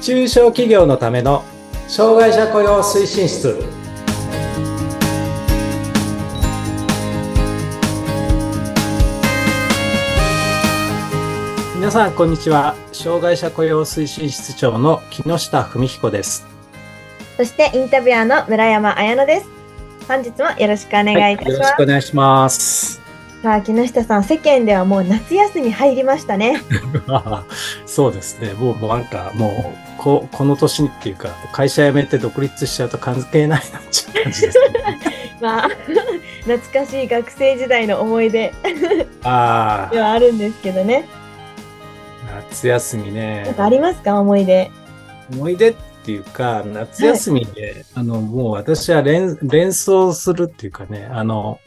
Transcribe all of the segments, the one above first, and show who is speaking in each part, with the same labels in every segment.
Speaker 1: 中小企業のための障害者雇用推進室皆さんこんにちは障害者雇用推進室長の木下文彦です
Speaker 2: そしてインタビュアーの村山彩乃です。本日もよろしくお願いいたし
Speaker 1: よ
Speaker 2: ま
Speaker 1: ろ
Speaker 2: す
Speaker 1: し。くお願いします。
Speaker 2: さあ、木下さん、世間ではもう夏休み入りましたね。
Speaker 1: そうですね。もうもうなんかもうここの年っていうか会社辞めて独立しちゃうと関係ないなっちゃう感じです、ね。
Speaker 2: まあ、 懐かしい学生時代の思い出
Speaker 1: あ
Speaker 2: ではあるんですけどね。
Speaker 1: あ夏休み
Speaker 2: なん
Speaker 1: ね。
Speaker 2: かありますか、思い出。
Speaker 1: 思い出っていうか夏休みで、あのもう私は連連想するっていうかねあの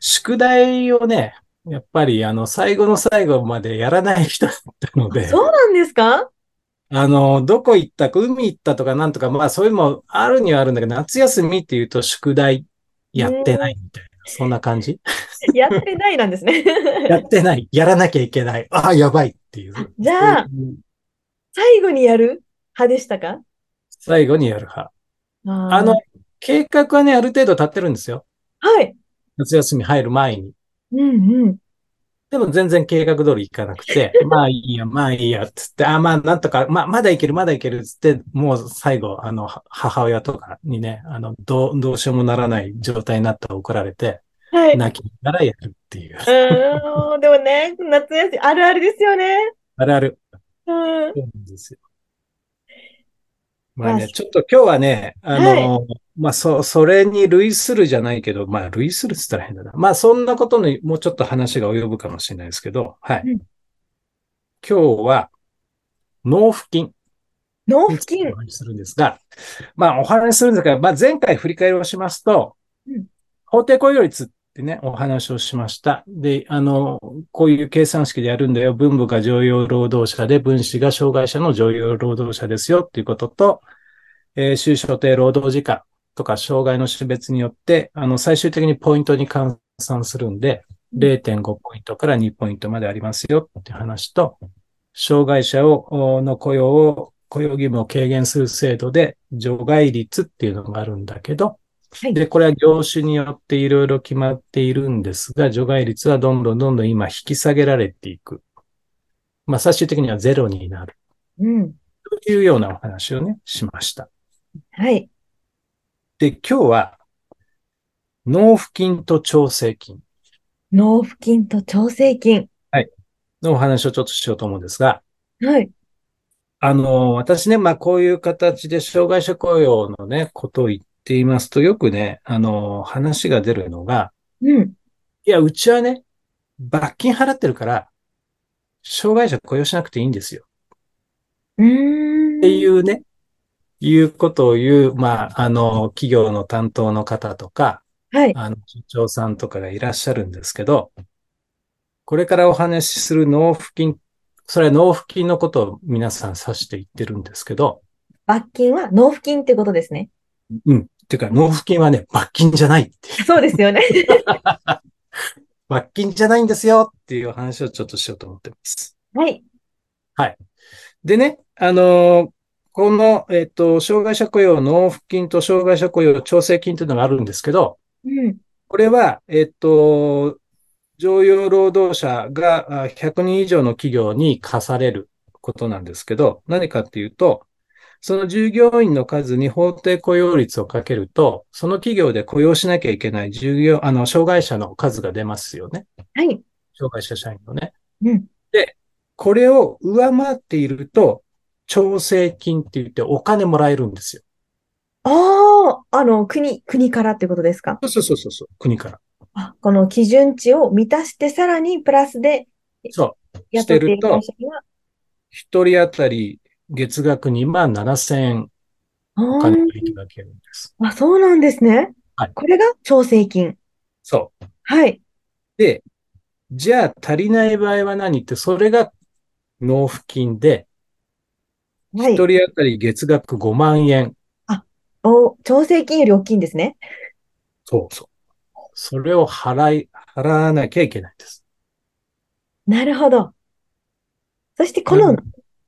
Speaker 1: 宿題をねやっぱりあの最後の最後までやらない人だったので。
Speaker 2: そうなんですか
Speaker 1: あの、どこ行ったか、海行ったとかなんとか、まあそういうのもあるにはあるんだけど、夏休みっていうと宿題やってないみたいな、そんな感じ
Speaker 2: やってないなんですね。
Speaker 1: やってない、やらなきゃいけない、ああ、やばいっていう。
Speaker 2: じゃあ、最後にやる派でしたか
Speaker 1: 最後にやる派。
Speaker 2: あー
Speaker 1: あの、計画はね、ある程度立ってるんですよ。
Speaker 2: はい。
Speaker 1: 夏休み入る前に。
Speaker 2: うんうん。
Speaker 1: でも全然計画通りいかなくて、 まあいいや、まあいいや、つって、ああ、まあなんとか、まあまだいける、まだいける、つって、もう最後、あの、は母親とかにね、あの、どう、どうしようもならない状態になったら怒られて、
Speaker 2: はい。う
Speaker 1: 泣きながらやるっていう。
Speaker 2: ーん、でもね、夏休み、あるあるですよね。
Speaker 1: あるある。
Speaker 2: うん。
Speaker 1: そうなんですよ。まあね、ちょっと今日はね、あの、まあそ、それに類するじゃないけど、まあ類するって言ったら変だな。まあそんなことにもうちょっと話が及ぶかもしれないですけど、はい。
Speaker 2: うん
Speaker 1: 今日は、納付金
Speaker 2: 納
Speaker 1: に
Speaker 2: 付
Speaker 1: ついて
Speaker 2: 金
Speaker 1: お。話しするんですが、まあお話しするんですが、まあ前回振り返りをしますと、
Speaker 2: うん
Speaker 1: 法定雇用率ってね、お話をしました。で、あの、こういう計算式でやるんだよ。分母が常用労働者で、分子が障害者の常用労働者ですよっていうことと、えー、就所定労働時間とか障害の種別によって、あの、最終的にポイントに換算するんで、
Speaker 2: うん
Speaker 1: 0.5ポイントから2ポイントまでありますよっていう話と、障害者を、おの雇用を、雇用義務を軽減する制度で、除外率っていうのがあるんだけど、
Speaker 2: はい
Speaker 1: で、これは業種によっていろいろ決まっているんですが、除外率はどんどんどんどん今引き下げられていく。まあ、最終的にはゼロになる
Speaker 2: うん。
Speaker 1: というようなお話をね、しました。
Speaker 2: はい。
Speaker 1: で、今日は、納付金と調整金
Speaker 2: 納付金と調整金。
Speaker 1: のお話をちょっとしようと思うんですが、
Speaker 2: はい。
Speaker 1: あの、私ね、まあ、こういう形で障害者雇用のね、ことを言っていますと、よくね、あの、話が出るのが、
Speaker 2: うん。
Speaker 1: いや、うちはね、罰金払ってるから、障害者雇用しなくていいんですよ。
Speaker 2: うーん。
Speaker 1: っていうね、いうことを言う、まあ、あの、企業の担当の方とか、
Speaker 2: はい。
Speaker 1: あの、社長さんとかがいらっしゃるんですけど、これからお話しする納付金、それは納付金のことを皆さん指して言ってるんですけど、
Speaker 2: 罰金は納付金ってことで すね。
Speaker 1: うん。ていうか、納付金はね、罰金じゃないっていう。
Speaker 2: そうですよね。
Speaker 1: 罰金じゃないんですよっていう話をちょっとしようと思ってます。
Speaker 2: はい。
Speaker 1: でね、あのーこの、えっ、と、障害者雇用納付金と障害者雇用調整金というのがあるんですけど、
Speaker 2: うん。
Speaker 1: これは、えっ、と、常用労働者があ100人以上の企業に課されることなんですけど、何かっていうと、その従業員の数に法定雇用率をかけると、その企業で雇用しなきゃいけない従業、あの、障害者の数が出ますよね。
Speaker 2: はい。
Speaker 1: 障害者社員のね。
Speaker 2: うん。
Speaker 1: これを上回っていると、調整金って言ってお金もらえるんですよ。
Speaker 2: ああ、あの、国、国からってことですか。
Speaker 1: そうそうそうそう、国から。
Speaker 2: あこの基準値を満たして、さらにプラスで
Speaker 1: そう。
Speaker 2: 雇
Speaker 1: してる
Speaker 2: ってい
Speaker 1: と
Speaker 2: 会社には、
Speaker 1: 一人当たり月額2万7千円お
Speaker 2: あ
Speaker 1: 金
Speaker 2: ー
Speaker 1: がいただけるんです。
Speaker 2: あ、そうなんですね。
Speaker 1: はい
Speaker 2: これが調整金。
Speaker 1: そう。
Speaker 2: はい。
Speaker 1: で、じゃあ足りない場合は何って、それが納付金で、
Speaker 2: はい。
Speaker 1: 一人当たり月額5万円。
Speaker 2: お、調整金より大きいんですね。
Speaker 1: そうそう。それを払い、払わなきゃいけないんです。
Speaker 2: なるほど。そしてこの、
Speaker 1: う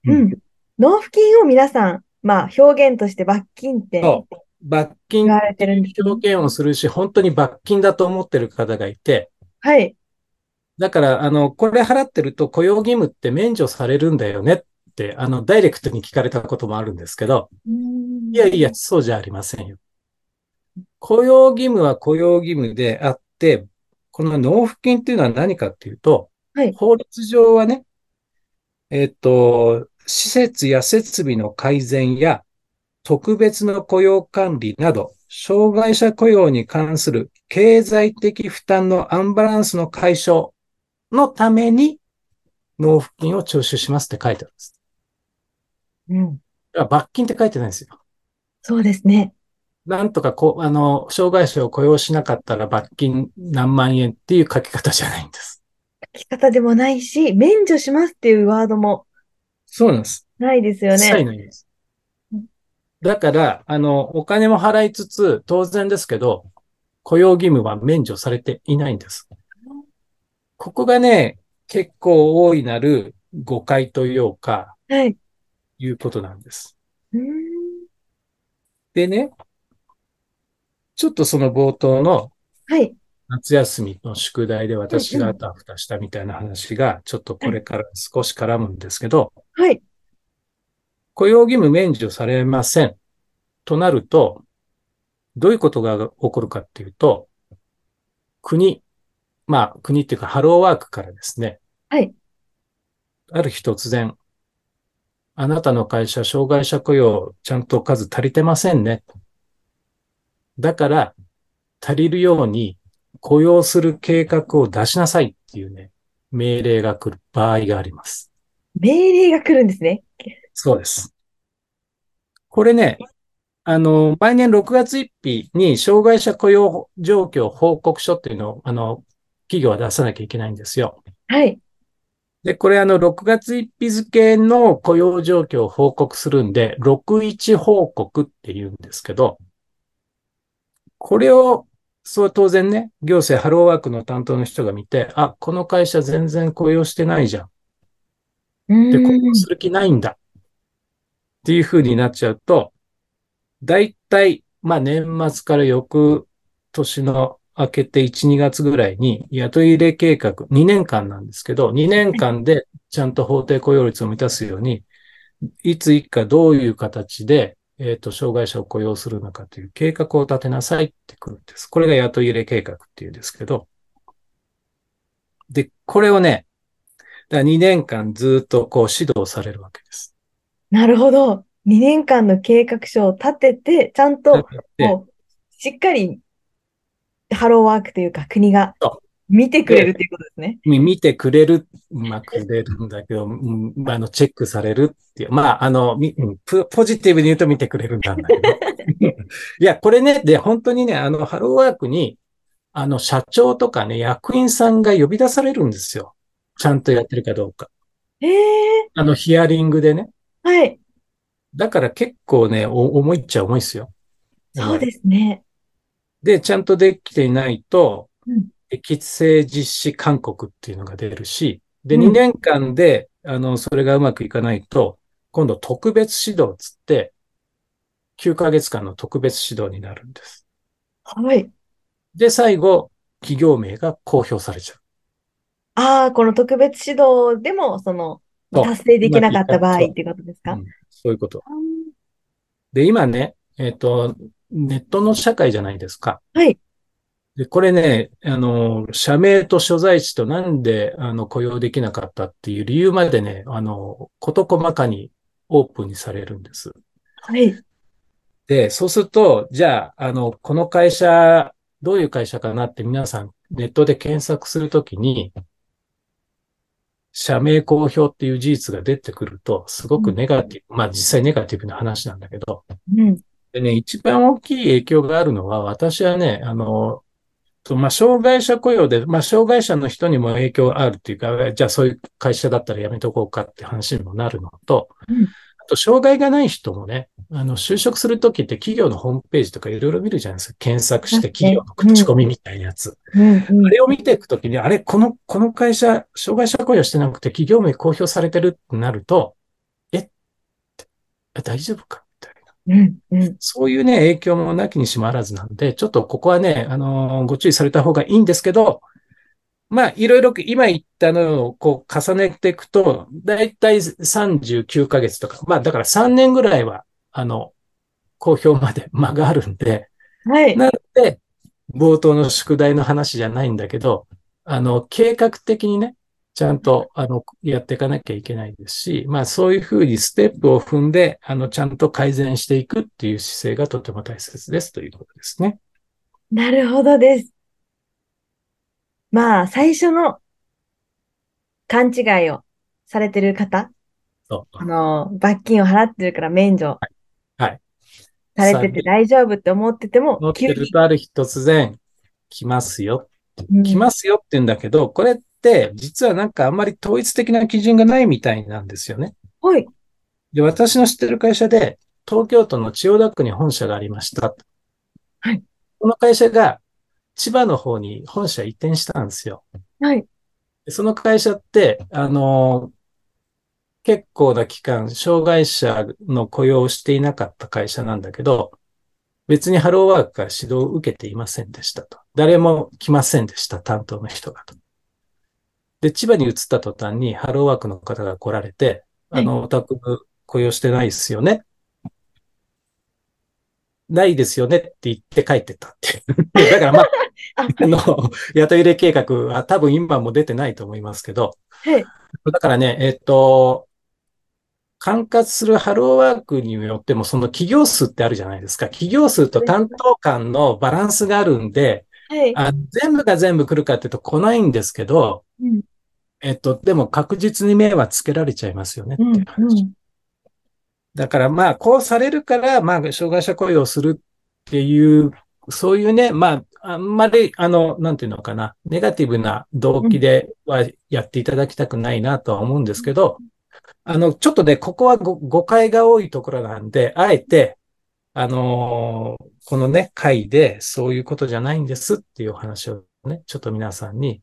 Speaker 2: うんん、納付金を皆さん、まあ表現として罰金って
Speaker 1: そう。罰金
Speaker 2: 言
Speaker 1: っ
Speaker 2: われてるんです
Speaker 1: て
Speaker 2: ね。
Speaker 1: 表現をするし、本当に罰金だと思ってる方がいて、
Speaker 2: はい。
Speaker 1: だから、あの、これ払ってると雇用義務って免除されるんだよねって、あの、ダイレクトに聞かれたこともあるんですけど、い
Speaker 2: い
Speaker 1: やいや、。そうじゃありませんよ。雇用義務は雇用義務であって、この納付金っていうのは何かっていうと、
Speaker 2: はい
Speaker 1: 法律上はね、えっと、施設や設備の改善や特別の雇用管理など、障害者雇用に関する経済的負担のアンバランスの解消のために納付金を徴収しますって書いてあるんです。
Speaker 2: うん。
Speaker 1: だから罰金って書いてないんですよ。
Speaker 2: そうですね。
Speaker 1: なんとかこう、あの、障害者を雇用しなかったら罰金何万円っていう書き方じゃないんです。
Speaker 2: 書き方でもないし、免除しますっていうワードも
Speaker 1: そうなんです。
Speaker 2: ないですよ
Speaker 1: 一切
Speaker 2: ね。
Speaker 1: ないです
Speaker 2: うん。
Speaker 1: だから、あの、お金も払いつつ、当然ですけど、雇用義務は免除されていないんです。ここがね、結構大いなる誤解というか、
Speaker 2: はい。
Speaker 1: いうことなんです。
Speaker 2: うーん
Speaker 1: でね、ちょっとその冒頭の、
Speaker 2: はい。
Speaker 1: 夏休みの宿題で私があたふたしたみたいな話が、ちょっとこれから少し絡むんですけど、
Speaker 2: はい。
Speaker 1: 雇用義務免除されません。となると、どういうことが起こるかっていうと、国、まあ国っていうかハローワークからですね、
Speaker 2: はい。
Speaker 1: ある日突然、あなたの会社、障害者雇用、ちゃんと数足りてませんね。だから、足りるように雇用する計画を出しなさいっていうね、命令が来る場合があります。
Speaker 2: 命令が来るんですね。
Speaker 1: そうです。これね、あの、毎年6月1日に障害者雇用状況報告書っていうのを、あの、企業は出さなきゃいけないんですよ。
Speaker 2: はい。
Speaker 1: で、これあの、6月1日付の雇用状況を報告するんで、61報告って言うんですけど、これを、そう当然ね、行政ハローワークの担当の人が見て、あ、この会社全然雇用してないじゃん。
Speaker 2: う
Speaker 1: で、
Speaker 2: ー
Speaker 1: 雇
Speaker 2: ん
Speaker 1: 用する気ないんだ。っていう風になっちゃうと、だいたい、まあ年末から翌年の明けて1、2月ぐらいに雇い入れ計画、2年間なんですけど、2年間でちゃんと法定雇用率を満たすように、いついかどういう形で、えっ、と、障害者を雇用するのかという計画を立てなさいってくるんです。これが雇い入れ計画っていうんですけど、で、これをね、だ2年間ずっとこう指導されるわけです。
Speaker 2: なるほど。2年間の計画書を立てて、ちゃんと、
Speaker 1: で
Speaker 2: もう、しっかり、ハローワークというか、国が
Speaker 1: そ
Speaker 2: 見てくれるということですね。
Speaker 1: み見てくれる、まあ、くれるんだけど、うんまあ、あの、チェックされるっていう。まあ、あの、みうんポポジティブに言うと見てくれるんだんだ けど。いや、これね、で、本当にね、あの、ハローワークに、あの、社長とかね、役員さんが呼び出されるんですよ。ちゃんとやってるかどうか。
Speaker 2: へえ、
Speaker 1: あの、ヒアリングでね。
Speaker 2: はい。
Speaker 1: だから結構ね、お重いっちゃ重いですよ。
Speaker 2: そうですね。
Speaker 1: で、ちゃんとできていないと
Speaker 2: うん、
Speaker 1: 適正実施勧告っていうのが出るし、で、
Speaker 2: うん
Speaker 1: 2年間で、あの、それがうまくいかないと、今度特別指導つって、9ヶ月間の特別指導になるんです。
Speaker 2: はい。
Speaker 1: で、最後、企業名が公表されちゃう。
Speaker 2: ああ、この特別指導でも、その、
Speaker 1: そう
Speaker 2: 達成できなかった場合
Speaker 1: そう
Speaker 2: っていうことですか
Speaker 1: うんそういうこと。で、今ね、えっ、と、ネットの社会じゃないですか。
Speaker 2: はい。
Speaker 1: で、これね、あの、社名と所在地となんで、あの、雇用できなかったっていう理由までね、あの、事細かにオープンにされるんです。
Speaker 2: はい。
Speaker 1: で、そうすると、じゃあ、あの、この会社、どういう会社かなって皆さんネットで検索するときに、社名公表っていう事実が出てくると、すごくネガティブ、まあ実際ネガティブな話なんだけど、
Speaker 2: うん。
Speaker 1: でね、一番大きい影響があるのは、私はね、あの、とまあ、障害者雇用で、まあ、障害者の人にも影響あるっていうか、じゃあそういう会社だったらやめとこうかって話にもなるのと、
Speaker 2: うん
Speaker 1: あと、障害がない人もね、あの、就職するときって企業のホームページとかいろいろ見るじゃないですか。検索して企業の口コミみたいなやつ。
Speaker 2: うんうん
Speaker 1: あれを見ていくときに、あれ、この、この会社、障害者雇用してなくて企業名公表されてるってなると、えってえ大丈夫かみたいな。
Speaker 2: うんうん
Speaker 1: そういうね、影響もなきにしもあらずなんで、ちょっとここはね、あのーご注意された方がいいんですけど、まあ、いろいろ今言ったのをこう重ねていくと、だいたい39ヶ月とか、まあ、だから3年ぐらいは、あの、公表まで間があるんで、
Speaker 2: はい。
Speaker 1: なので、冒頭の宿題の話じゃないんだけど、あの、計画的にね、ちゃんと、あの、やっていかなきゃいけないですし、まあそういうふうにステップを踏んで、あの、ちゃんと改善していくっていう姿勢がとても大切ですということですね。
Speaker 2: なるほどです。まあ、最初の勘違いをされてる方、
Speaker 1: そ
Speaker 2: あの、罰金を払ってるから免除、
Speaker 1: はい
Speaker 2: されてて大丈夫って思ってても
Speaker 1: う。持、って
Speaker 2: 急
Speaker 1: る
Speaker 2: に、
Speaker 1: とある日突然、来ますよ。
Speaker 2: うん
Speaker 1: 来ますよって言うんだけど、これって実はなんかあんまり統一的な基準がないみたいなんですよね。
Speaker 2: はい。
Speaker 1: で、私の知ってる会社で、東京都の千代田区に本社がありました。
Speaker 2: はい。
Speaker 1: この会社が、千葉の方に本社移転したんですよ。
Speaker 2: はい。
Speaker 1: でその会社って、あのー結構な期間、障害者の雇用をしていなかった会社なんだけど、別にハローワークから指導を受けていませんでしたと。誰も来ませんでした、担当の人がと。で、千葉に移った途端にハローワークの方が来られて、あの、お宅雇用してないですよね。ないですよねって言って帰ってったって。 だからまあ、
Speaker 2: あ
Speaker 1: あの、 雇い入れ計画は多分今も出てないと思いますけど。
Speaker 2: はい
Speaker 1: だからね、えっと、管轄するハローワークによっても、その企業数ってあるじゃないですか。企業数と担当間のバランスがあるんで、
Speaker 2: はい。
Speaker 1: あ全部が全部来るかっていうと来ないんですけど、
Speaker 2: うん
Speaker 1: えっと、でも確実に目はつけられちゃいますよねって
Speaker 2: う
Speaker 1: い
Speaker 2: ん
Speaker 1: う話。
Speaker 2: うん
Speaker 1: だからまあ、こうされるから、まあ、障害者雇用をするっていう、そういうね、まあ、あんまり、あの、なんていうのかな、ネガティブな動機ではやっていただきたくないなとは思うんですけど、あの、ちょっとね、ここはご誤解が多いところなんで、あえて、あのーこのね、会で、そういうことじゃないんですっていうお話をね、ちょっと皆さんに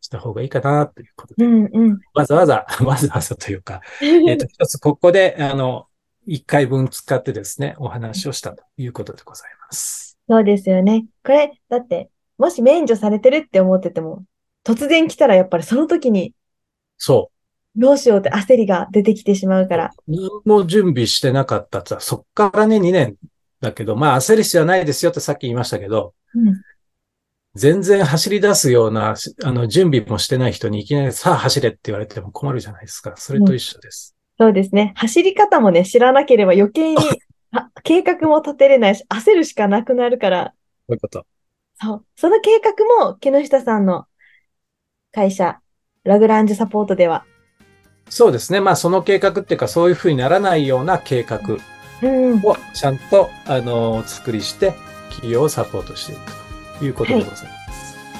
Speaker 1: した方がいいかなということで、
Speaker 2: うんうん。
Speaker 1: わざわざ、わざわざというか、えっ、と、一つここで、あの、一回分使ってですね、お話をしたということでございます。
Speaker 2: そうですよね。これ、だって、もし免除されてるって思ってても、突然来たらやっぱりその時に
Speaker 1: そ
Speaker 2: どうしようって焦りが出てきてしまうから。
Speaker 1: う。何も準備してなかったってのは、そっからね、2年だけど、まあ、焦る必要はないですよってさっき言いましたけど、
Speaker 2: うん
Speaker 1: 全然走り出すような、しあの、準備もしてない人にいきなり、さあ走れって言われても困るじゃないですか。それと一緒です。
Speaker 2: そうですね。走り方もね、知らなければ余 計に、あ計画も立てれないし、焦るしかなくなるから、
Speaker 1: こういうこと。
Speaker 2: そう。その計画も、木下さんの会社、ラグランジュサポートでは、
Speaker 1: そうですね。まあ、その計画っていうか、そういうふうにならないような計画
Speaker 2: うん、
Speaker 1: をちゃんと、あの、お作りして、企業をサポートしていくということでございます。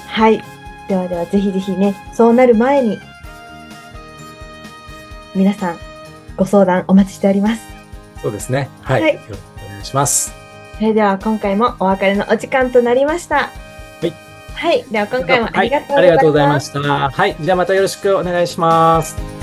Speaker 2: はい。ではでは、ぜひぜひね、そうなる前に、皆さん、ご相談お待ちしております。
Speaker 1: そうですね。はい。
Speaker 2: はい
Speaker 1: よろしくお願いします。
Speaker 2: それでは、今回もお別れのお時間となりました。
Speaker 1: い
Speaker 2: はい。では、今回もありがとうございました。
Speaker 1: はいありがとうございました。はい。じゃあまたよろしくお願いします。